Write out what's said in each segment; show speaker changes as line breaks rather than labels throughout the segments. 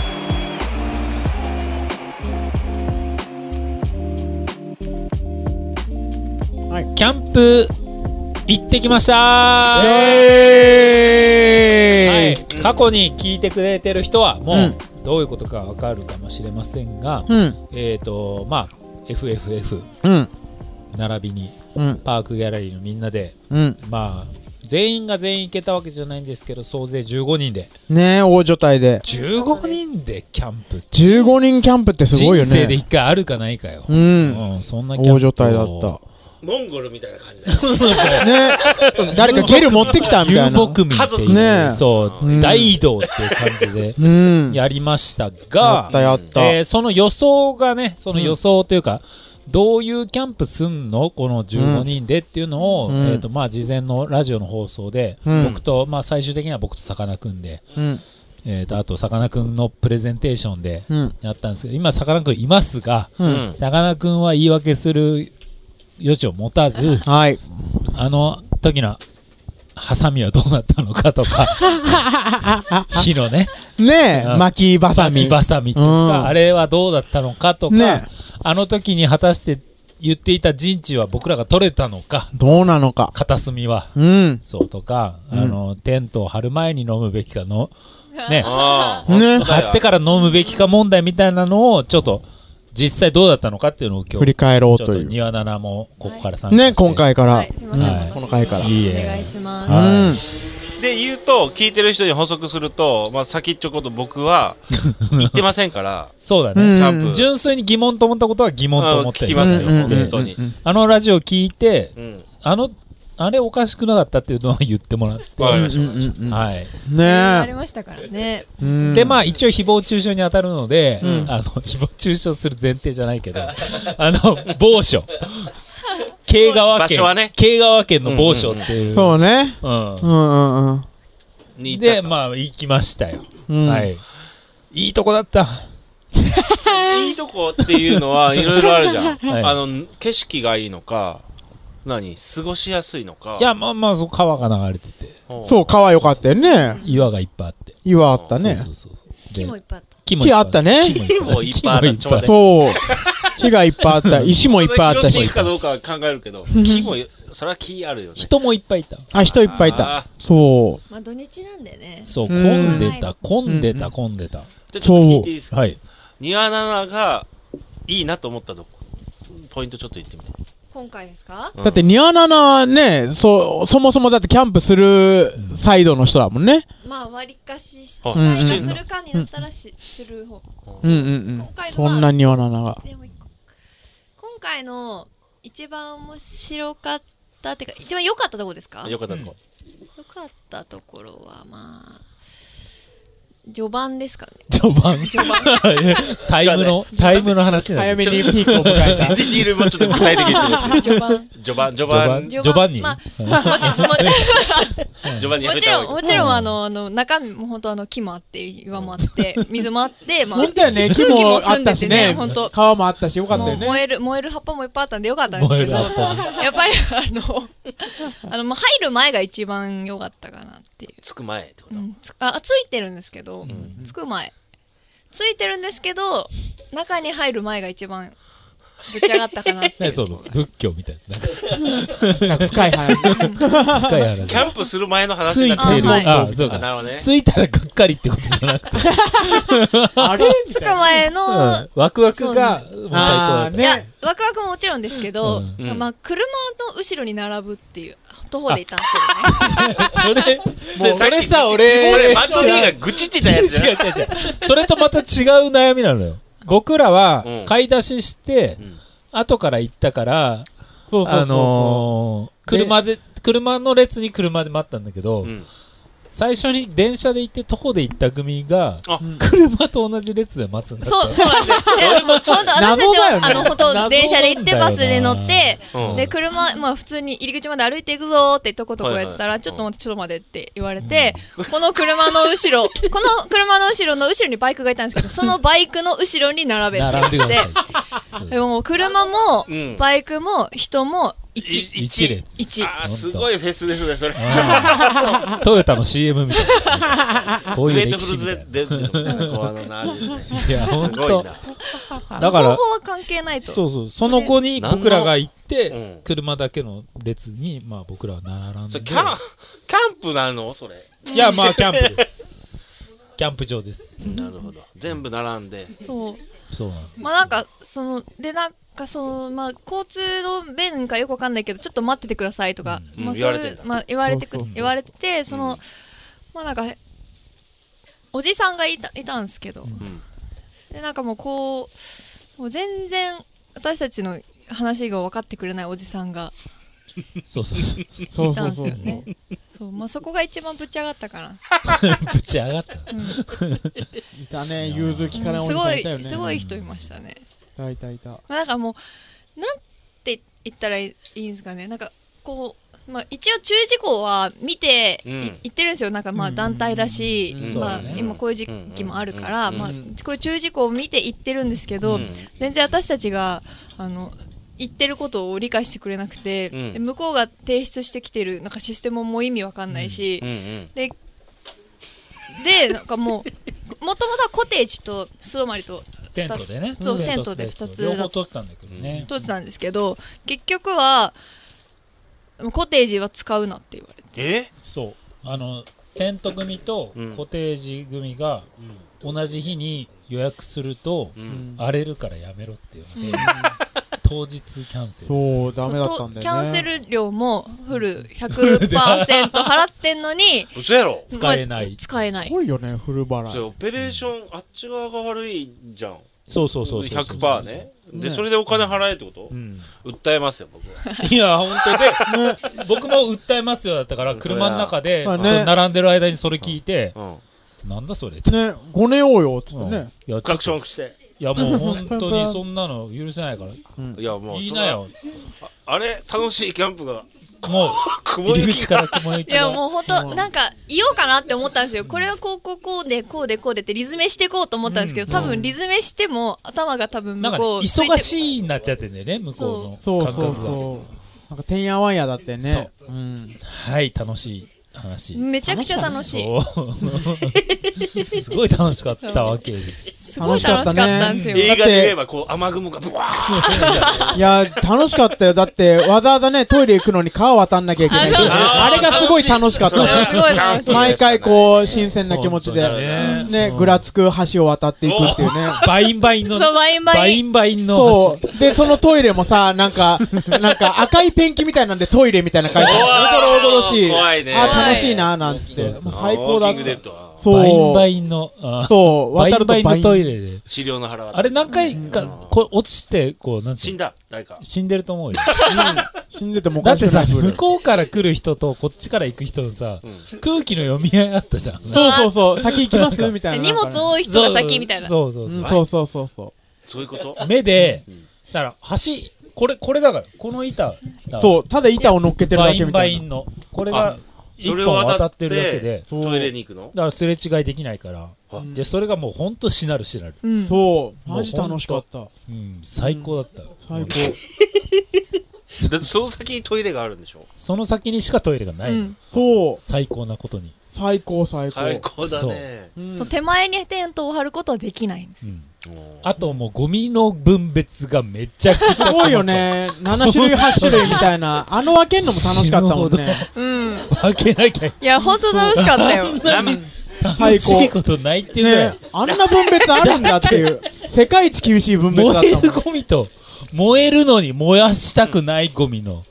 Hey.
はい。
キャンプ行ってきましたは
え
い、過去に聞いてくれてる人はも
う
うんどういうことかわかるかもしれませんが、
うん。
えっ、とまあ FFF
うん。
並びに
うん。
パークギャラリーのみんなで
うん。
まあ全員が全員行けたわけじゃないんですけど総勢15人で
ねえ、大所帯で。
15人でキャンプ
15人キャンプってすごいよ
人生で
ね。
1回あるかないかよ、
う。
うんそんなキャン
大
プ
所帯だ
を
っ
モンゴルみたいな感じだよ。
た。ねえ。誰かゲル持ってきたみたい
遊
な。
牧民っていう、
ねえ
そう、
うん
大移動っていう感じで
うん。や
やりました
っ
が、
たやった。
えーその予想がね、その予想というか、どういうキャンプすんのこの15人でっていうのを、
うん
えっ、と、まあ、事前のラジオの放送で、
うん
僕と、まあ、最終的には僕とさかなクンで、
うん。
えっ、と、あと、さかなクンのプレゼンテーションで
うん。
やったんですけど、今、さかなクンいますが、
うん。
さかなクンは言い訳する余地を持た ず、
はい。
あの時のハサミはどうなったのかと か、火のね、
ねえ、
うん
巻きバサミ。
巻きバサミっていうんですか、
うん
あれはどうだったのかとか、
ね
あの時に果たして言っていた陣地は僕らが取れたのか、
どうなのか。
片隅は。
うん。
そうとか、
うん
あの、テントを張る前に飲むべきかの、ね、
あ
ーね
張ってから飲むべきか問題みたいなのを、ちょっと、実際どうだったのかっていうのを今
振
日、
り返ろう
ちょっと
という。
庭菜もここから参加して。
ね、今回から。
はい、すいません、
はい
お待たせしました
この回から
いいえ
お願いします。
は
うん。
で、言うと、聞いてる人に補足すると、まあ、先っちょこと 僕は、言ってませんから、
そうだ
う
ね。
ん
キャンプ。
純粋に疑問と思ったことは疑問と思って
あ聞きますよ
うん
本当に
うんうん
あのラジオ聞いて、
うん。
あの、あれおかしくなかったっていうのは言ってもらって。
わかり
う
ま
んうんうんうん
はい。
あり
ね
ましたからね。
えうん。
で、ま
あ、
あ一応誹謗中傷に当たるので、
うん
あの、 誹謗中傷する前提じゃないけど、あ の、某所。 慶川県。
場所はね
慶川県の某所っていう。
そうね。
うん
うんうんうん。
に行
で、
ったと
まあ行きましたよ。
うん
はい。いいとこだった。
いいとこっていうのは、いろいろある じゃん。
はい
あの、景色がいいのか、何過ごしやすいのか。
いや、まあまあ、そう川が流れてて、
ほう、
そう、川良かったよね。
岩がいっぱいあって。
岩あったね。
そうそうそう。で
木もいっぱいあった。
木
木あったね
木もいっぱいあっ
木も
た
いっぱいあった
そう。木がいっぱいあった。石もいっぱいあった
それで広島に
し
行く。かどうかは考えるけど、木も、それは木あるよね。
人もいっぱいいた。
あ、人いっぱいい
あ
た。そ
まあ土日なんでね。
そう、
うん
混んでた、混んで
う
た、
ん
混んでた。
じゃあちょっと聞いていいですか
はい。
庭菜が、いいなと思ったとこ。ポイントちょっと言ってみて。
今回ですか
う。だって、ニアナナはね、そ、そもそもだってキャンプするサイドの人だもんね。
まあ割りかし、失
あ
敗
うん
がするかになったらし、する方。
うんうん
今
うん。
回の
そ
は
んなニアナナが。
でも一個今回の一番面白かったっていうか、一番良かったところですか
よかったとこ。
良かったところは、まあ、序盤ですかね。
序盤。
序盤。
タイムの、タイムの話なん
早
で
めにピークを迎えた。
ディティールもちょっと具体的に言ってみて。
序盤。
序盤、序
盤
盤、
序盤
序盤に。
ま
うん
もちろん、も
序盤に
も
触れ
ち
ちゃ
ろ、
うんわ
もちろん、あの、あの、中身も本当あの、木もあって、岩もあって、水もあって、まあ、
本当やね、木
空気
も
も
あ
澄
っ
ん
た
で
して
ね
ね
本当。
川もあったし、よかった
も
よ
う
ね。
燃える、燃える葉っぱもいっぱいあったんでよかったんですけど、
燃える葉っ
やっぱりあの、 あの、もう入る前が一番良かったかなっていう。
着く前ってこ
う
と。
ん、つあ、ついてるんですけど、
ん
つく前。ついてるんですけど、中に入る前が一番ぶち上がったかなってい
ね
う。
その、仏教みたいな。なん
なんか深い 話。
か深い話。
キャンプする前の話
つ
に
い
なって
て
る。
る。
あはい
あ、そう
あな
か。
るほどね。
ついたらがっかりってことじゃなくて。
あれみ
つく
たいな
前
う
の
ん、ワクワクが、もう最高だ
あ
っ
ー
た。
いや
ね。、
ワクワクももちろんですけど、
うん
まあ、車の後ろに並ぶっていう、徒歩でいたんです
そ
けどね。
れ、
それ
もうそれ
さっ
さ、
き
俺、
俺、マット D が愚痴ってた
違う違
や
う
つじゃん。
違う違う。それとまた違う悩みなのよ。僕ら
う
は
ん、
買い出しして
う、ん
後から行ったから、
そうそうそうそう。
あのー車で、車の列に車で待ったんだけど、
うん
最初に電車で行って徒歩で行った組が
あ
車と同じ列で待つんだった
そう、そうなんですよ。で、本当、私たち
謎だよ
は、
ね
あの、
謎
ほ
なんだよな
と、電車で行って、バスで乗って、
うん
で、車、まあ、普通に入り口まで歩いていくぞーって、とことこやってた
はいは
ら、
い
ちょっと待って、ちょっと待ってって言われて、この車の後ろ、こ の車の後ろの後ろにバイクがいたんですけど、そのバイクの後ろに並べって
並んで
言っ
くだ
て、
さい
でも、車も
う、ん
バイクも、人も、1、
い
一列
1。
あーすごいフェスですねそれ
うんトヨタの CM みたいなこう
グ
い
レ
う
ート
歴
フ
史
ル
みたいな
ズで出てるみたいなこうあのなあれです ね
いや
す
本
ご
当
いな
だから
方法は関係ないと。
そうそうその子に
何の
僕らが行って、
うん
車だけの列にまあ僕らは並ん
そ
で
れキャンキャンプなのそれ
いやまあキャンプですキャンプ場です
なるほど全部並んで
そう。
そうなん
まあなんかそのでなんかそのまあ交通の便かよくわかんないけどちょっと待っててくださいとか、
うん
まあ
うん
そう
言われて
い
ん
う
だ
まあ言われてく
そうそう
言われててその、
うん
まあなんかおじさんがいたいたんですけど、
ん
でなんかもうこうもう全然私たちの話が分かってくれないおじさんが
そうそうそう
そう
いた
そ
ん
う
で
そ
すよ
う。
ね。そうまあそこが一番ぶち上がったかな。
ぶち上がった
いたね、融通きかないお
す
じ
ご
さん
い
いたよね。
すごい人いましたね。
いたいたいた。
まあ、なんかもうなんて言ったらいいんですかねなんかこう、まあ、一応注意事項は見てい、
うん
言ってるんですよなんかま
う
あ
ん
団体だし、
うん
まあ
そうだね
今こういう時期もあるから、
うん
まあ
う、ん
こういう注意事項を見て言ってるんですけど、
うん
全然私たちがあの言ってることを理解してくれなくて、
うん
で向こうが提出してきてるなんかシステムも意味わかんないし、
うんうん
ででなんかもうもともとはコテージと素泊まりと
テントでね
そう
うん
テントで二つ
テントスペースを両方取ってたんだけどね、
取ってたんですけど結局はコテージは使うなって言われて
え
そうあのテント組と
うん
コテージ組が同じ日に予約すると
う
うんん
荒れるからやめろっていうので 当日キャンセル
そう、ダメだったんだよね。
キャンセル料もフル100%払ってんのに
嘘やろ
使えない
まあ使えな
す
い
ごいよね、フルバラ
そ。れオペレーションあっち側が悪いじゃん
そうそうそうそうそう
100%ねで
ね
それでお金払えってこと
うん。
訴えますよ僕はい
や本当で 僕も訴えますよだったから
うん
車の中で
まあね
そう並んでる間にそれ聞いて
うん
なんだそれって
ね、ごねようよ、つって
うん
ね。
いやちょ
クラ
っ
クショ
と
ンして
いやもう本当にそんなの許せないから
いやもう
いいなよ
あれ楽しいキャンプが
もう入
雲
り
行き
口
が
から雲行き
いやも
う
う本当なんか言おうかなって思ったんですよこれはこうこうこうでこうでこうでってリズメしていこうと思ったんですけ
う
ど、
ん
多分リズメしても頭が多分
なんか
向
ね
こうついて
忙しいになっちゃってんだよね向こう
そ
の
う
感
そう
覚が
そう。なんか、てんやわんやだってね。うん。
はい楽しい話
めちゃくちゃ楽しい
そう すごい楽しかったわけです。
すごい楽しかったんですよ、
楽しかっ
映画で言えばこう雨雲がブワー
いや、楽しかったよ。だって、わざわざね、トイレ行くのに川渡んなきゃいけない。
あそう
あれがすごい楽しかっ
それは
す
た。
ごい
キャンプでしたね
毎回こう、新鮮な気持ち
本当だ
で、
ね
ね
う、ん
ぐらつく橋を渡っていくっていうね。
バインバインの、
そうバインバイン
バインバインの
そ
話。
う。で、そのトイレもさ、なんか、なんか赤いペンキみたいなんでトイレみたいな感じで、
お
お
ー
どろおどろしい。
怖いね
あ、楽しいな、なんつって。もう最高だ
ウォー
っ
キングデッ
た。
ドは
バイ
そ
ン
う。
バインの、あ
そう、
バイ
渡
ン
る
バイ
と
ンのトイ
レ。
レで。
資料の腹渡
あれ何回か、こう落ちて、こう、なんて
死
いうんの
だ誰か
死んでると思うよ。
死んでてもお
だ
か
っ
しく
て
な
さ、
いプール
向こうから来る人とこっちから行く人のさ、空気の読み合いあったじゃん。
そうそうそう、先行きますみたいな。
荷物多い人が先みたいな
そうそう
う
そ
ん
う。
そうそうそうそ
そういうこと
目で、だから、橋、これ、これだから、この板だから。
う。そう、ただ板を乗っけてる
バ
だ
イ
け
ン
みた
バ
い
イ
な。
ンの。これ
あ
が、一
それ
本
を
渡
渡
っ
ってて
るだけで。
そう
トイレに行くの
だからすれ違いできないから、
うん
でそれがもうほんとしなるしなる、
うん
そう、マジ楽しかった。
うん、最高だった、
最高。
だってその先にトイレがあるんでしょ
その先にしかトイレがない、
うん
そう、
最高なことに、
最高最高。
最高だね
うん
そう手前にテントを張ることはできないんです
う
よ、
ん、
うん
あともうゴミの分別がめちゃくちゃ
すごいよね。7種類、8種類みたいな。あの分けんのも楽しかったもん
死ぬ
ね。
うん、
分けなきゃ
いや本当楽しかったよ
ラミ
最
楽し
高
いことないっていうぐらい
ね、あんな分別あるんだっていう。世界一厳しい分別だっ
燃え
た
る
もん。
ゴミと燃えるのに燃やしたくないゴミの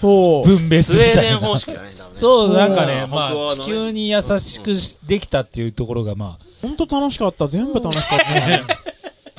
そう。
分別
スウ
み
ェー
た
デン
い
方
な
式だね多分ね
そうなんか
う
ね
ん
ま
北欧の
あ
ね
地球に優しくしできたっていうところがまあ
ほんと楽しかった。全部楽しかったね。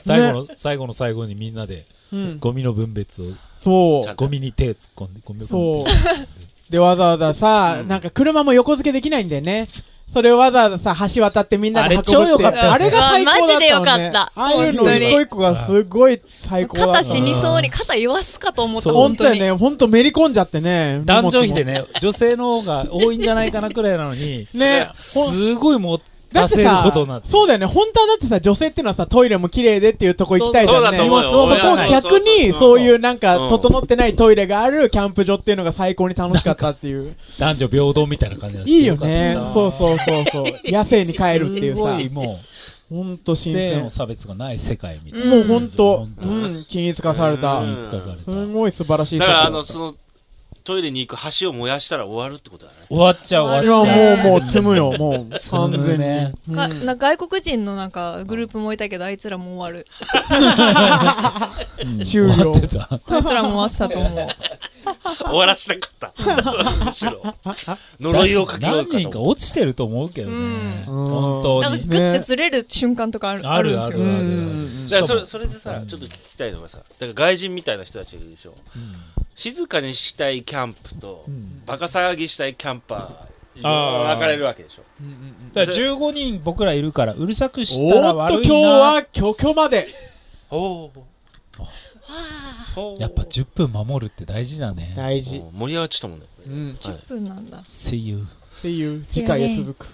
最後の、最後の最後にみんなで
うん。
ゴミの分別を
そ
ちゃん
う。
と
ゴミに手突っ込んでゴミを
そう
ゴミに手突っ込んで
で、わざわざさ、なんか車も横付けできないんだよね。それをわざわざさ、橋渡ってみんなで運ぶって
あれ超良かったよね
あれが最高だったもん、ね。
マジで良かった
ああいうの一個一個がすごい最高だった。
肩死にそうに、肩言わすかと思った、
そう
本
本当
当
や
に。
ね、本当めり込んじゃってね。
男女比
荷
で
物も。
ね、女性の方が多いんじゃないかなくらいなのに、
ね、ほん
すごい持
だ
た
っ
せ
て
る
さ
ことになっ、て。
そうだよね、本当はだってさ、女性ってのはさ、トイレも綺麗でっていうとこ行きたいじゃ
そうんだ
ね。
と思うよ。
荷物を
俺は
持
ね
っ
逆に、そういうなん
う
か、
ん
整ってないトイレがあるキャンプ場っていうのが最高に楽しかったっていう。
男女平等みたいな感じがして
いいよね
かった。
そうそうそうそう。野生に帰るって
す
いう
ご
さ
い。も
ほんと
う、
新
性
鮮
の。差別がない世界みたいな。
もうほんと
本、当
うん、均一化された
う。ん
見つかされた。
す
終
ごい素晴らしい。
だから、あの、その、トイレに行く橋を燃やしたら終わるってことだね。
わっちゃう終
い
わっちゃう。
や、もう、もう、積むよ、もう。完
む
全
ね
に。
かな外国人のなんかグループもいたけどあいつらもう終わる
うん
終了
終わってた。
あいつらも終わってたと思う
終わらしたかっ た。むしろ。呪いをかけよう
何人
かと思って
か。落ちてると思うけどね。
うん
本当
なん
に
か。グッてずれる瞬間とかある
あるあ
んです
る
よ
う
あ
ん
る。
だからそれ
しか
それでさ、ちょっと聞きたいのがさ、だから外人みたいな人たちがいるでしょ、静かにしたいキャンプと、バカ騒ぎしたいキャンパー、
あー
分かれるわけでしょ。
もだから15人僕らいるから、うるさくしたら
おっと、
悪いな。
今日は、虚虚まで。
おお
やっぱ10分守るって大事だね。
大事。
盛り上がっちゃったもんね。
うん。
はい
10分なんだ
See you.
っていう世界へ続く。